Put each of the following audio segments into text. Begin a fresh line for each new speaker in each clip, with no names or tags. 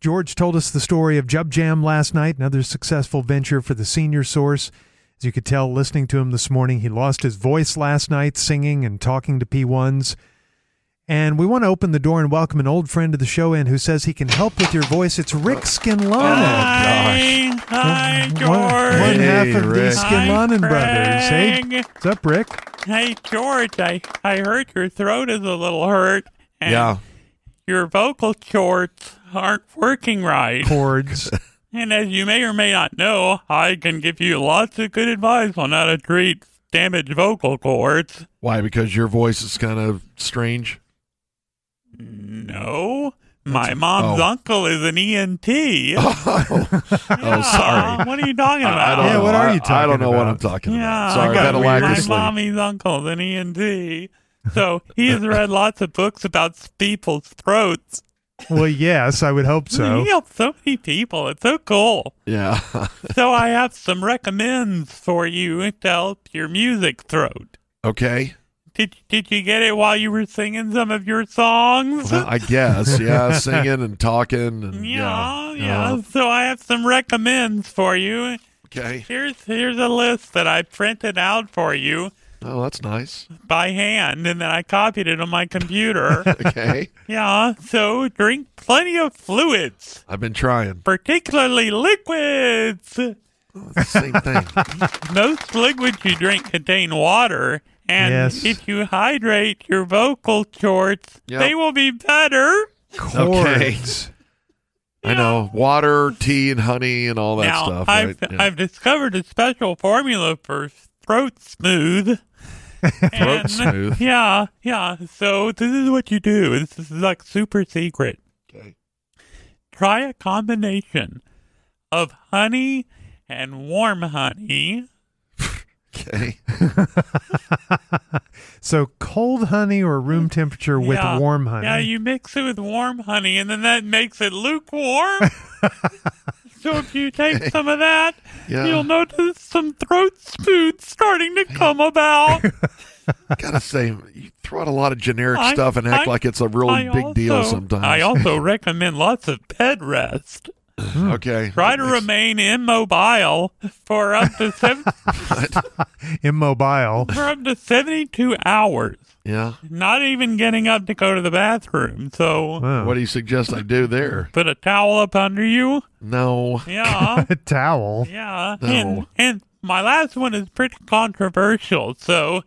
George told us the story of Jub Jam last night, another successful venture for the senior source. As you could tell listening to him this morning, he lost his voice last night singing and talking to P1s. And we want to open the door and welcome an old friend to the show in who says he can help with your voice. It's Rick Skinlana.
Oh,
Hi, hi, George.
One, one half of
Rick.
the Skinlanen
Hi,
brothers. Hey,
Craig.
what's up, Rick?
Hey, George, I, I heard your throat is a little hurt. And
Yeah.
Your vocal cords aren't working right.
Chords.
And as you may or may not know, I can give you lots of good advice on how to treat damaged vocal cords.
Why? Because your voice is kind of strange.
No. My mom's
oh.
uncle is an ENT.
Oh,
Yeah,
sorry.
What are you talking about?
I don't
Yeah,
know.
what are
I-
you
I
talking
don't know what
about?
I'm talking
Yeah,
about. Sorry,
I
I've had a
got weird.
lack of
my
sleep.
mommy's uncle's an ENT. So he has read lots of books about people's throats.
well, yes, I would hope so.
He helps so many people. It's so cool.
Yeah.
So I have some recommends for you to help your music throat.
okay.
Did did you get it while you were singing some of your songs?
Well, I guess. Yeah. Singing and talking. And,
yeah,
yeah.
yeah. So I have some recommends for you.
Okay.
Here's here's a list that I printed out for you
Oh, that's nice.
by hand, and then I copied it on my computer.
Okay.
Yeah, so drink plenty of fluids,
I've been trying.
particularly liquids.
Same thing.
Most liquids you drink contain water, and
Yes.
if you hydrate your vocal cords,
Yep.
they will be better.
Okay.
Chords.
I know. Water, tea, and honey, and all that
now,
stuff.
I've,
right? Yeah.
I've discovered a special formula for throat smooth. throat
smooth.
Yeah, yeah. So this is what you do. This is like super secret.
okay.
try a combination of honey and warm honey.
Okay.
So cold honey or room temperature with
Yeah.
warm honey.
Yeah, you mix it with warm honey, and then that makes it lukewarm. so if you take some of that,
Yeah.
you'll notice some throat smooth starting to come about.
Gotta say, you throw out a lot of generic
I-
stuff and act
I-
like it's a really
I
big deal
also-
sometimes.
I also recommend lots of bed rest.
okay.
Try to
That makes-
remain immobile for up to seven,
Immobile.
for up to seventy-two hours.
Yeah.
Not even getting up to go to the bathroom. So
Wow.
What do you suggest I do there?
put a towel up under you.
No.
Yeah,
a towel.
yeah.
No.
And and my last one is pretty controversial, so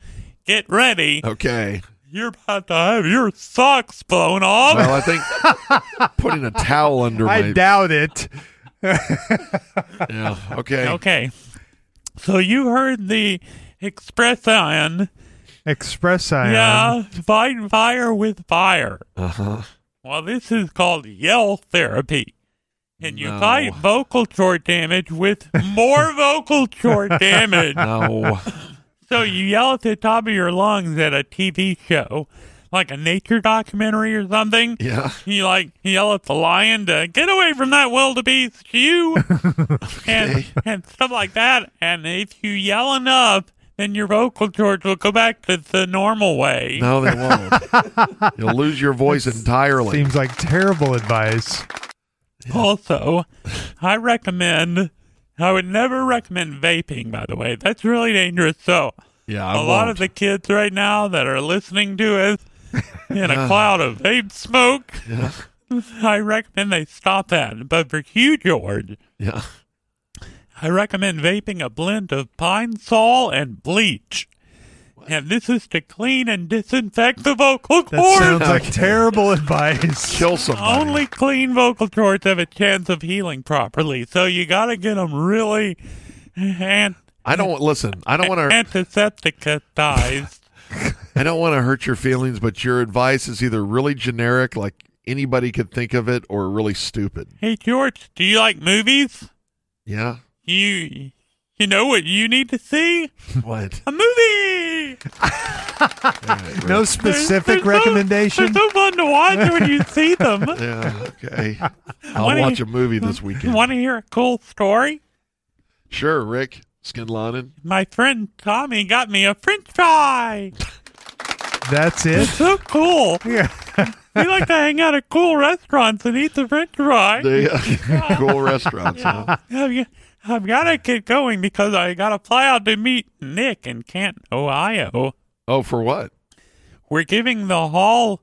get ready.
Okay.
You're about to have your socks blown off.
Well, I think putting a towel under
I
my.
doubt it.
yeah. Okay.
okay. So you heard the express ion.
Express ion.
Yeah, fight fire with fire.
Uh huh.
Well, this is called yell therapy. And you
No.
fight vocal cord damage with more vocal cord damage.
No.
So you yell at the top of your lungs at a TV show, like a nature documentary or something.
Yeah.
You like yell at the lion to get away from that wildebeest, you, and
Okay.
and stuff like that. And if you yell enough, then your vocal cords will go back to the normal way.
No, they won't. You'll lose your voice entirely.
Seems like terrible advice.
Also, I recommend. I would never recommend vaping, by the way. That's really dangerous. So
yeah.
A
I
lot
won't.
of the kids right now that are listening to us in a cloud of vape smoke,
Yeah.
I recommend they stop that. But for you, George,
Yeah.
I recommend vaping a blend of pine sol and bleach. And this is to clean and disinfect the vocal
That sounds
cords.
like terrible advice.
Kill somebody.
Only clean vocal cords have a chance of healing properly, so you got to get them really an-
I don't listen. I don't want to.
antisepticized.
I don't want to hurt your feelings, but your advice is either really generic, like anybody could think of it, or really stupid.
hey, George, do you like movies?
Yeah.
You you know what you need to see?
What?
A movie.
No specific recommendation.
So, they're so fun to watch when you see them.
Yeah. Okay. I'll
Why don't
watch
you-
a movie this weekend.
Want to hear a cool story?
Sure, Rick Skinlanen.
My friend Tommy got me a French fry.
That's it.
It's so cool.
Yeah.
We like to hang out at cool restaurants and eat the French fry.
They, uh, cool restaurants. huh?
I've, g- I've got to get going because I got to fly out to meet Nick in Canton, Ohio.
Oh, for what?
We're giving the Hall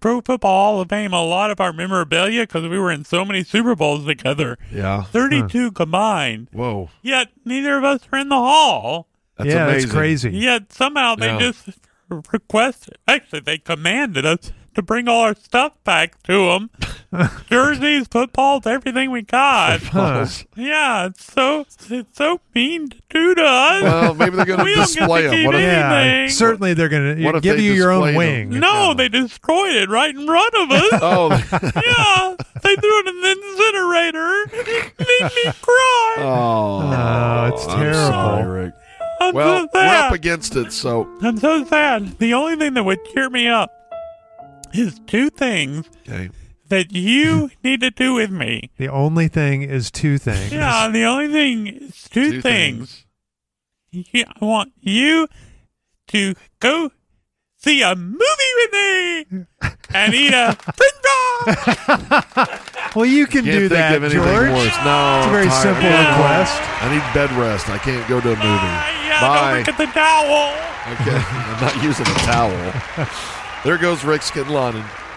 Pro Football Hall of Fame a lot of our memorabilia because we were in so many Super Bowls together,
Yeah.
32 combined.
Whoa.
Yet neither of us were in the Hall.
That's
yeah,
amazing.
that's crazy.
Yet somehow they
Yeah.
just requested, actually, they commanded us to bring all our stuff back to them jerseys, footballs, everything we got.
Balls.
Yeah, it's so it's so mean to do to us.
Well, maybe they're going to
We don't get
display
to
them.
keep
What if,
it.
Yeah,
Anything.
certainly they're going
What
to
if
give
they
you your own
display them?
wing.
no, they destroyed it right in front of us.
oh,
yeah, they threw it in the incinerator. It made me cry.
oh,
it's
I'm sorry,
terrible.
Rick.
I'm
Well,
so
we're up
sad.
against it, so
I'm so sad. The only thing that would cheer me up is two things
okay.
that you need to do with me.
The only thing is two things.
Yeah, the only thing is two,
Two
things. Yeah, I want you to go see a movie with me and eat a french fry.
Well, you can
Can't
do
think
that,
of anything
George.
worse. No,
It's a
I'm
very
tired.
simple
Yeah. Ah,
request.
I need bed rest. I can't go to a movie.
yeah,
Bye.
don't look at the towel.
Okay, I'm not using a towel. There goes Rick Skinlanen.